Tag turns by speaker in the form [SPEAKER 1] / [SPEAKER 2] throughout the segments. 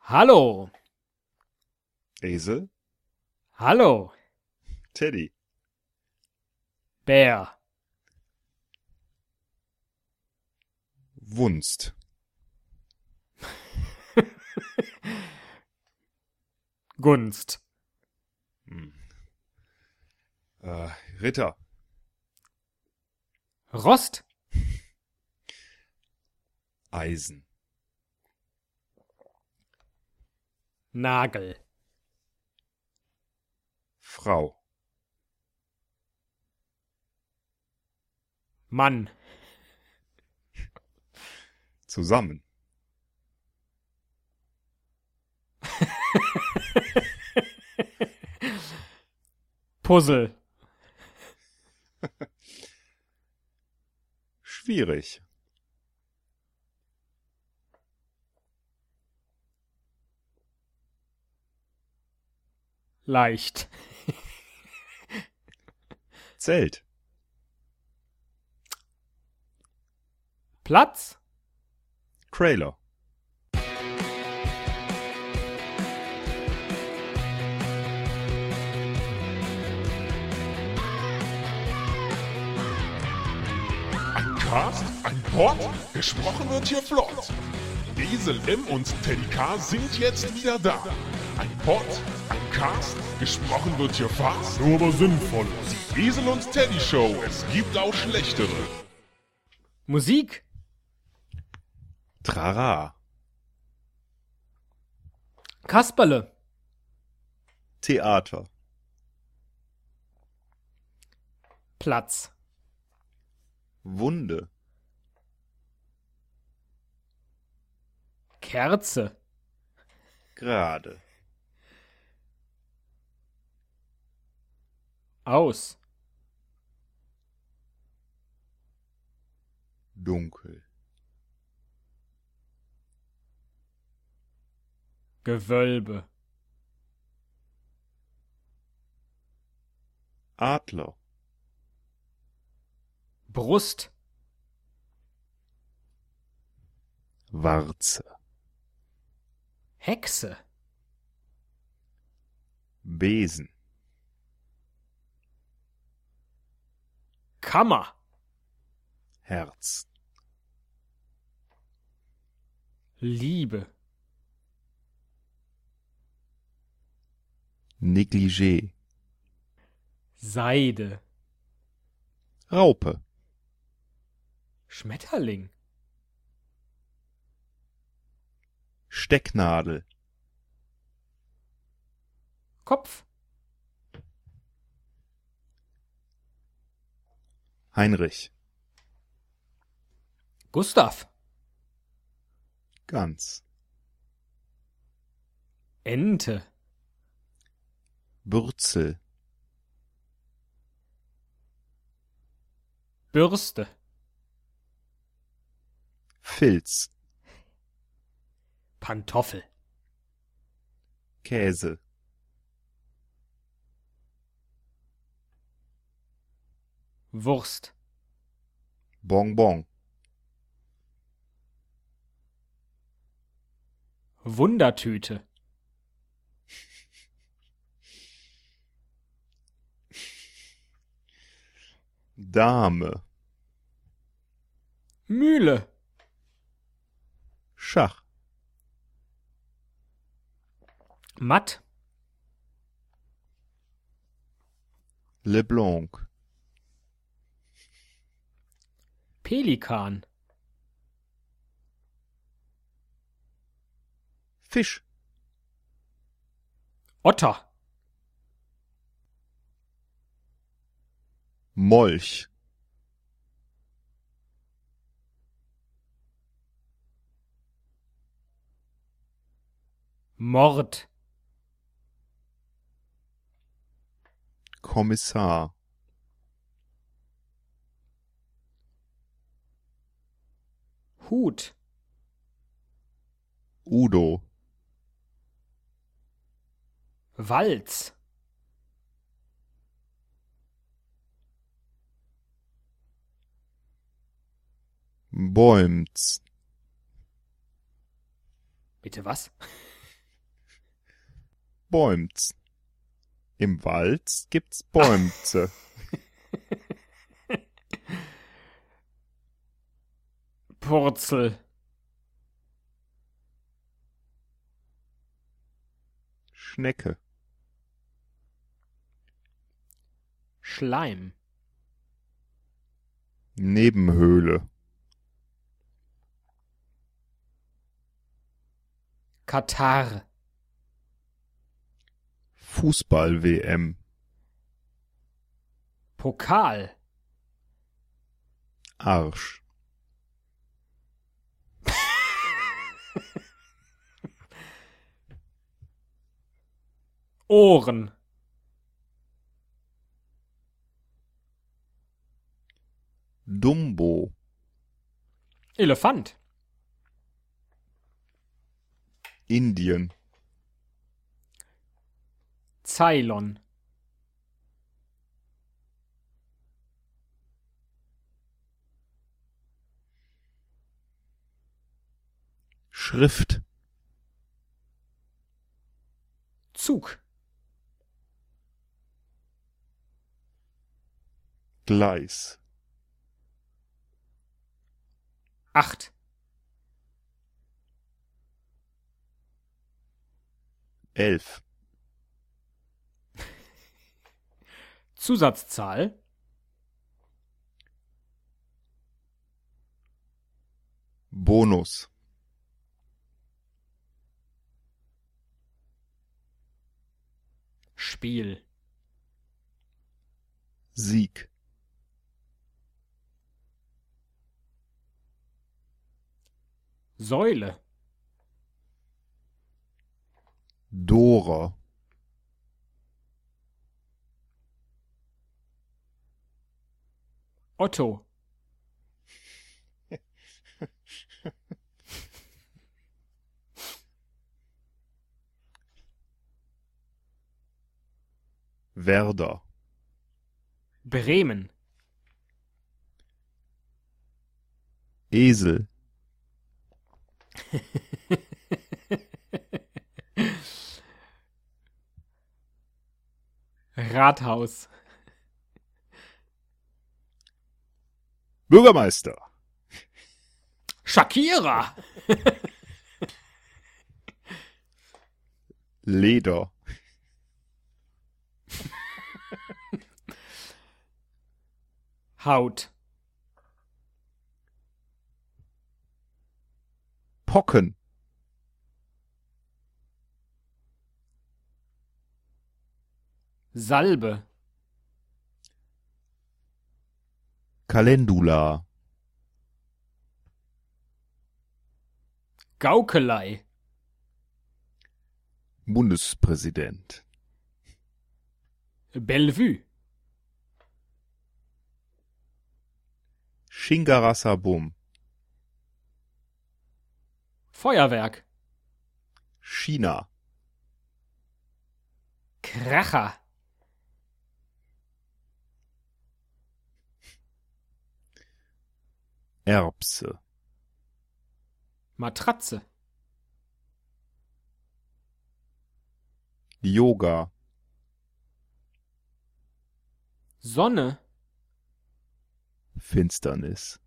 [SPEAKER 1] Hallo.
[SPEAKER 2] Esel,
[SPEAKER 1] Hallo.
[SPEAKER 2] Teddy,
[SPEAKER 1] Bär.
[SPEAKER 2] Wunst,
[SPEAKER 1] Gunst.
[SPEAKER 2] Hm. äh, Ritter,
[SPEAKER 1] Rost.
[SPEAKER 2] Eisen,
[SPEAKER 1] Nagel.
[SPEAKER 2] Frau,
[SPEAKER 1] Mann.
[SPEAKER 2] zusammen,
[SPEAKER 1] Puzzle.
[SPEAKER 2] schwierig,
[SPEAKER 1] Leicht.
[SPEAKER 2] Zelt,
[SPEAKER 1] Platz.
[SPEAKER 2] Trailer.
[SPEAKER 3] Ein Cast, ein Pod, gesprochen wird hier flott. Esel M und Teddy K sind jetzt wieder da. Ein Pod, ein Cast, gesprochen wird hier fast, nur aber sinnvoll. Die Esel und Teddy Show, es gibt auch schlechtere.
[SPEAKER 1] Musik.
[SPEAKER 2] Trara.
[SPEAKER 1] Kasperle.
[SPEAKER 2] Theater.
[SPEAKER 1] Platz.
[SPEAKER 2] Wunde.
[SPEAKER 1] Kerze.
[SPEAKER 2] Gerade.
[SPEAKER 1] Aus.
[SPEAKER 2] Dunkel.
[SPEAKER 1] Gewölbe.
[SPEAKER 2] Adler.
[SPEAKER 1] Brust.
[SPEAKER 2] Warze.
[SPEAKER 1] Hexe.
[SPEAKER 2] Besen.
[SPEAKER 1] Kammer.
[SPEAKER 2] Herz.
[SPEAKER 1] Liebe.
[SPEAKER 2] Negligé.
[SPEAKER 1] Seide.
[SPEAKER 2] Raupe.
[SPEAKER 1] Schmetterling.
[SPEAKER 2] Stecknadel.
[SPEAKER 1] Kopf.
[SPEAKER 2] Heinrich.
[SPEAKER 1] Gustav.
[SPEAKER 2] Ganz.
[SPEAKER 1] Ente.
[SPEAKER 2] Bürzel.
[SPEAKER 1] Bürste.
[SPEAKER 2] Filz.
[SPEAKER 1] Pantoffel.
[SPEAKER 2] Käse.
[SPEAKER 1] Wurst.
[SPEAKER 2] Bonbon.
[SPEAKER 1] Wundertüte.
[SPEAKER 2] Dame.
[SPEAKER 1] Mühle.
[SPEAKER 2] Schach.
[SPEAKER 1] Matt.
[SPEAKER 2] Leblanc.
[SPEAKER 1] Pelikan.
[SPEAKER 2] Fisch.
[SPEAKER 1] Otter.
[SPEAKER 2] Molch.
[SPEAKER 1] Mord.
[SPEAKER 2] Kommissar.
[SPEAKER 1] Hut.
[SPEAKER 2] Udo.
[SPEAKER 1] Walz.
[SPEAKER 2] Bäumts.
[SPEAKER 1] Bitte was?
[SPEAKER 2] Bäumts. Im Wald gibt's Bäumze.
[SPEAKER 1] Purzel.
[SPEAKER 2] Schnecke.
[SPEAKER 1] Schleim.
[SPEAKER 2] Nebenhöhle.
[SPEAKER 1] Katar.
[SPEAKER 2] Fußball-WM.
[SPEAKER 1] Pokal.
[SPEAKER 2] Arsch.
[SPEAKER 1] Ohren.
[SPEAKER 2] Dumbo.
[SPEAKER 1] Elefant.
[SPEAKER 2] Indien.
[SPEAKER 1] Ceylon.
[SPEAKER 2] Schrift.
[SPEAKER 1] Zug.
[SPEAKER 2] Gleis.
[SPEAKER 1] Acht.
[SPEAKER 2] Elf.
[SPEAKER 1] Zusatzzahl.
[SPEAKER 2] Bonus.
[SPEAKER 1] Spiel.
[SPEAKER 2] Sieg.
[SPEAKER 1] Säule.
[SPEAKER 2] Dora.
[SPEAKER 1] Otto.
[SPEAKER 2] Werder.
[SPEAKER 1] Bremen.
[SPEAKER 2] Esel.
[SPEAKER 1] Rathaus.
[SPEAKER 2] Bürgermeister.
[SPEAKER 1] Shakira.
[SPEAKER 2] Leder.
[SPEAKER 1] Haut.
[SPEAKER 2] Pocken.
[SPEAKER 1] Salbe.
[SPEAKER 2] Calendula.
[SPEAKER 1] Gaukelei.
[SPEAKER 2] Bundespräsident.
[SPEAKER 1] Bellevue.
[SPEAKER 2] Shingarasabum.
[SPEAKER 1] Feuerwerk.
[SPEAKER 2] China.
[SPEAKER 1] Kracher.
[SPEAKER 2] Erbse.
[SPEAKER 1] Matratze.
[SPEAKER 2] Yoga.
[SPEAKER 1] Sonne.
[SPEAKER 2] Finsternis.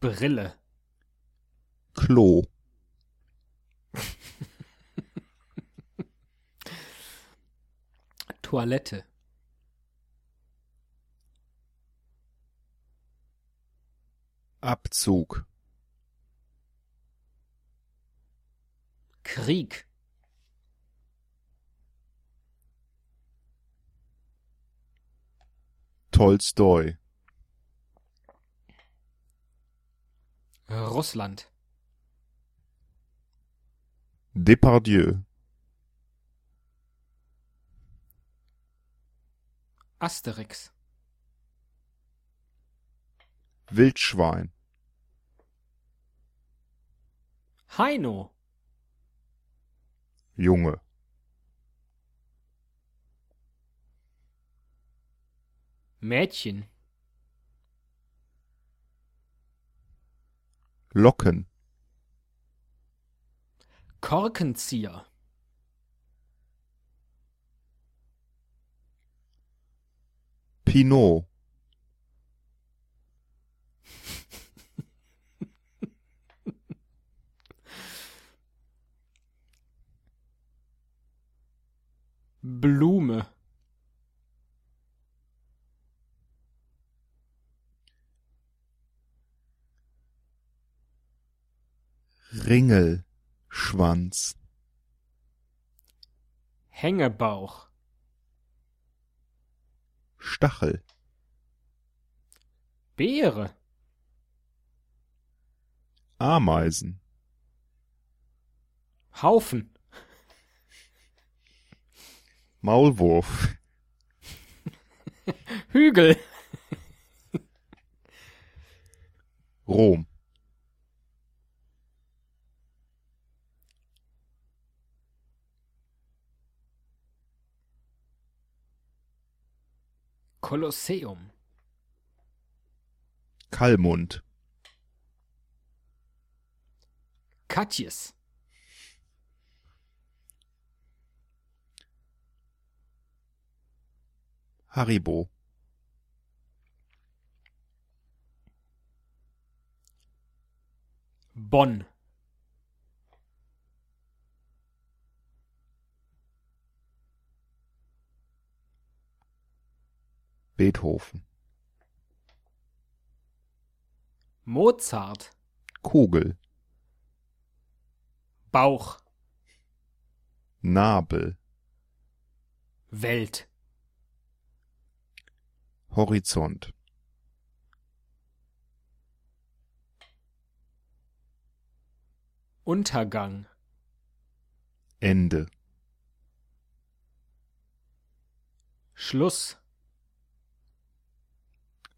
[SPEAKER 1] Brille.
[SPEAKER 2] Klo.
[SPEAKER 1] Toilette.
[SPEAKER 2] Abzug.
[SPEAKER 1] Krieg.
[SPEAKER 2] Tolstoi.
[SPEAKER 1] Russland.
[SPEAKER 2] Depardieu.
[SPEAKER 1] Asterix.
[SPEAKER 2] Wildschwein.
[SPEAKER 1] Heino.
[SPEAKER 2] Junge.
[SPEAKER 1] Mädchen.
[SPEAKER 2] Locken.
[SPEAKER 1] Korkenzieher.
[SPEAKER 2] Pinot,
[SPEAKER 1] Blume.
[SPEAKER 2] Ringel, Schwanz,
[SPEAKER 1] Hängebauch.
[SPEAKER 2] Stachel,
[SPEAKER 1] Beere.
[SPEAKER 2] Ameisen,
[SPEAKER 1] Haufen.
[SPEAKER 2] Maulwurf,
[SPEAKER 1] Hügel.
[SPEAKER 2] Rom,
[SPEAKER 1] Kolosseum.
[SPEAKER 2] Kalmund,
[SPEAKER 1] Katjes.
[SPEAKER 2] Haribo,
[SPEAKER 1] Bonn.
[SPEAKER 2] Beethoven,
[SPEAKER 1] Mozart.
[SPEAKER 2] Kugel,
[SPEAKER 1] Bauch.
[SPEAKER 2] Nabel,
[SPEAKER 1] Welt.
[SPEAKER 2] Horizont,
[SPEAKER 1] Untergang.
[SPEAKER 2] Ende,
[SPEAKER 1] Schluss.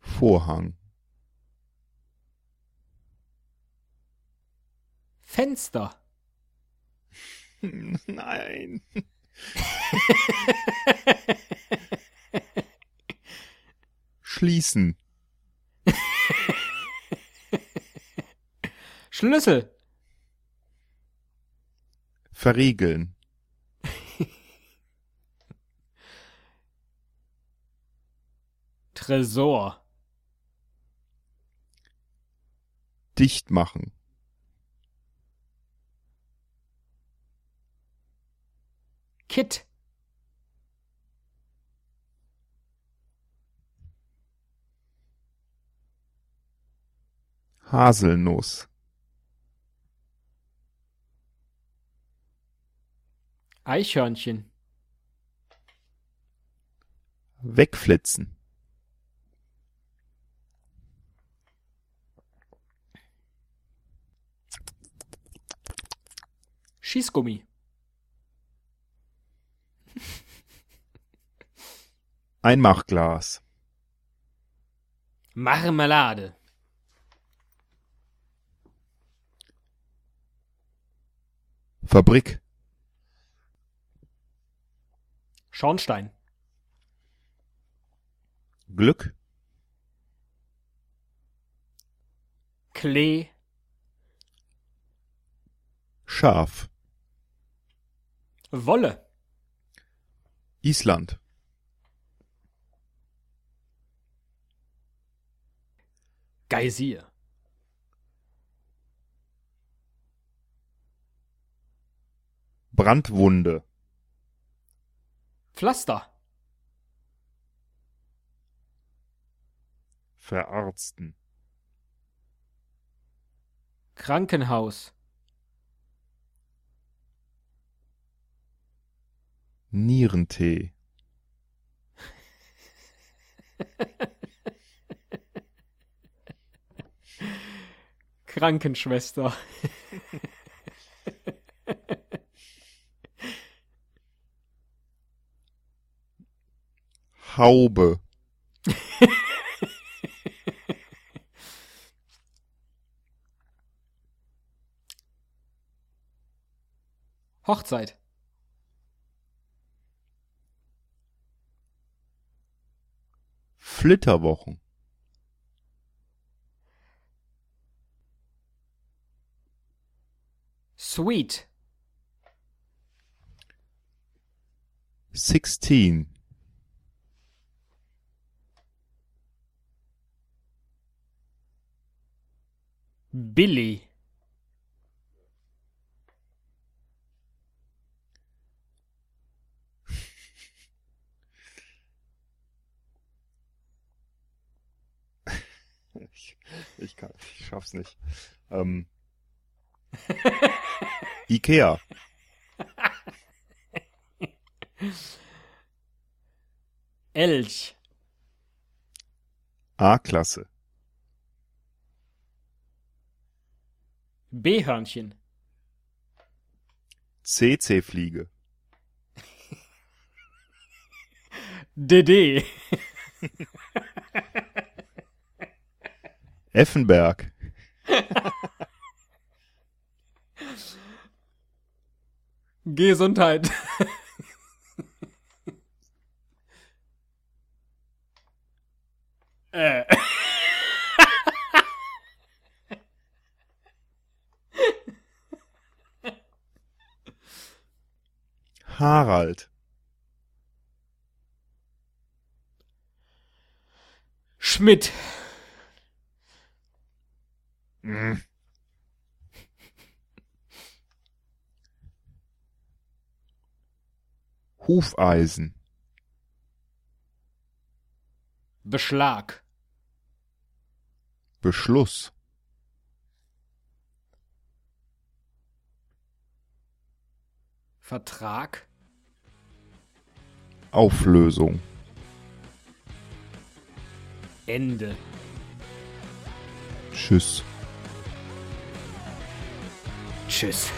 [SPEAKER 2] Vorhang,
[SPEAKER 1] Fenster.
[SPEAKER 2] Nein. Schließen.
[SPEAKER 1] Schlüssel.
[SPEAKER 2] Verriegeln.
[SPEAKER 1] Tresor.
[SPEAKER 2] Dicht machen.
[SPEAKER 1] Kit.
[SPEAKER 2] Haselnuss.
[SPEAKER 1] Eichhörnchen.
[SPEAKER 2] Wegflitzen.
[SPEAKER 1] Schießgummi.
[SPEAKER 2] Einmachglas.
[SPEAKER 1] Marmelade.
[SPEAKER 2] Fabrik.
[SPEAKER 1] Schornstein.
[SPEAKER 2] Glück.
[SPEAKER 1] Klee.
[SPEAKER 2] Schaf.
[SPEAKER 1] Wolle.
[SPEAKER 2] Island.
[SPEAKER 1] Geysir.
[SPEAKER 2] Brandwunde.
[SPEAKER 1] Pflaster.
[SPEAKER 2] Verarzten.
[SPEAKER 1] Krankenhaus.
[SPEAKER 2] Nierentee.
[SPEAKER 1] Krankenschwester.
[SPEAKER 2] Haube.
[SPEAKER 1] Hochzeit.
[SPEAKER 2] Flitterwochen.
[SPEAKER 1] Sweet.
[SPEAKER 2] sixteen,
[SPEAKER 1] Billy.
[SPEAKER 2] Ich, kann, ich schaff's nicht. Ähm, Ikea.
[SPEAKER 1] Elch.
[SPEAKER 2] A-Klasse.
[SPEAKER 1] B-Hörnchen.
[SPEAKER 2] CC-Fliege.
[SPEAKER 1] DD.
[SPEAKER 2] Effenberg.
[SPEAKER 1] Gesundheit. äh.
[SPEAKER 2] Harald.
[SPEAKER 1] Schmidt.
[SPEAKER 2] Mm. Hufeisen.
[SPEAKER 1] Beschlag.
[SPEAKER 2] Beschluss.
[SPEAKER 1] Vertrag.
[SPEAKER 2] Auflösung.
[SPEAKER 1] Ende.
[SPEAKER 2] Tschüss.
[SPEAKER 1] Tschüss.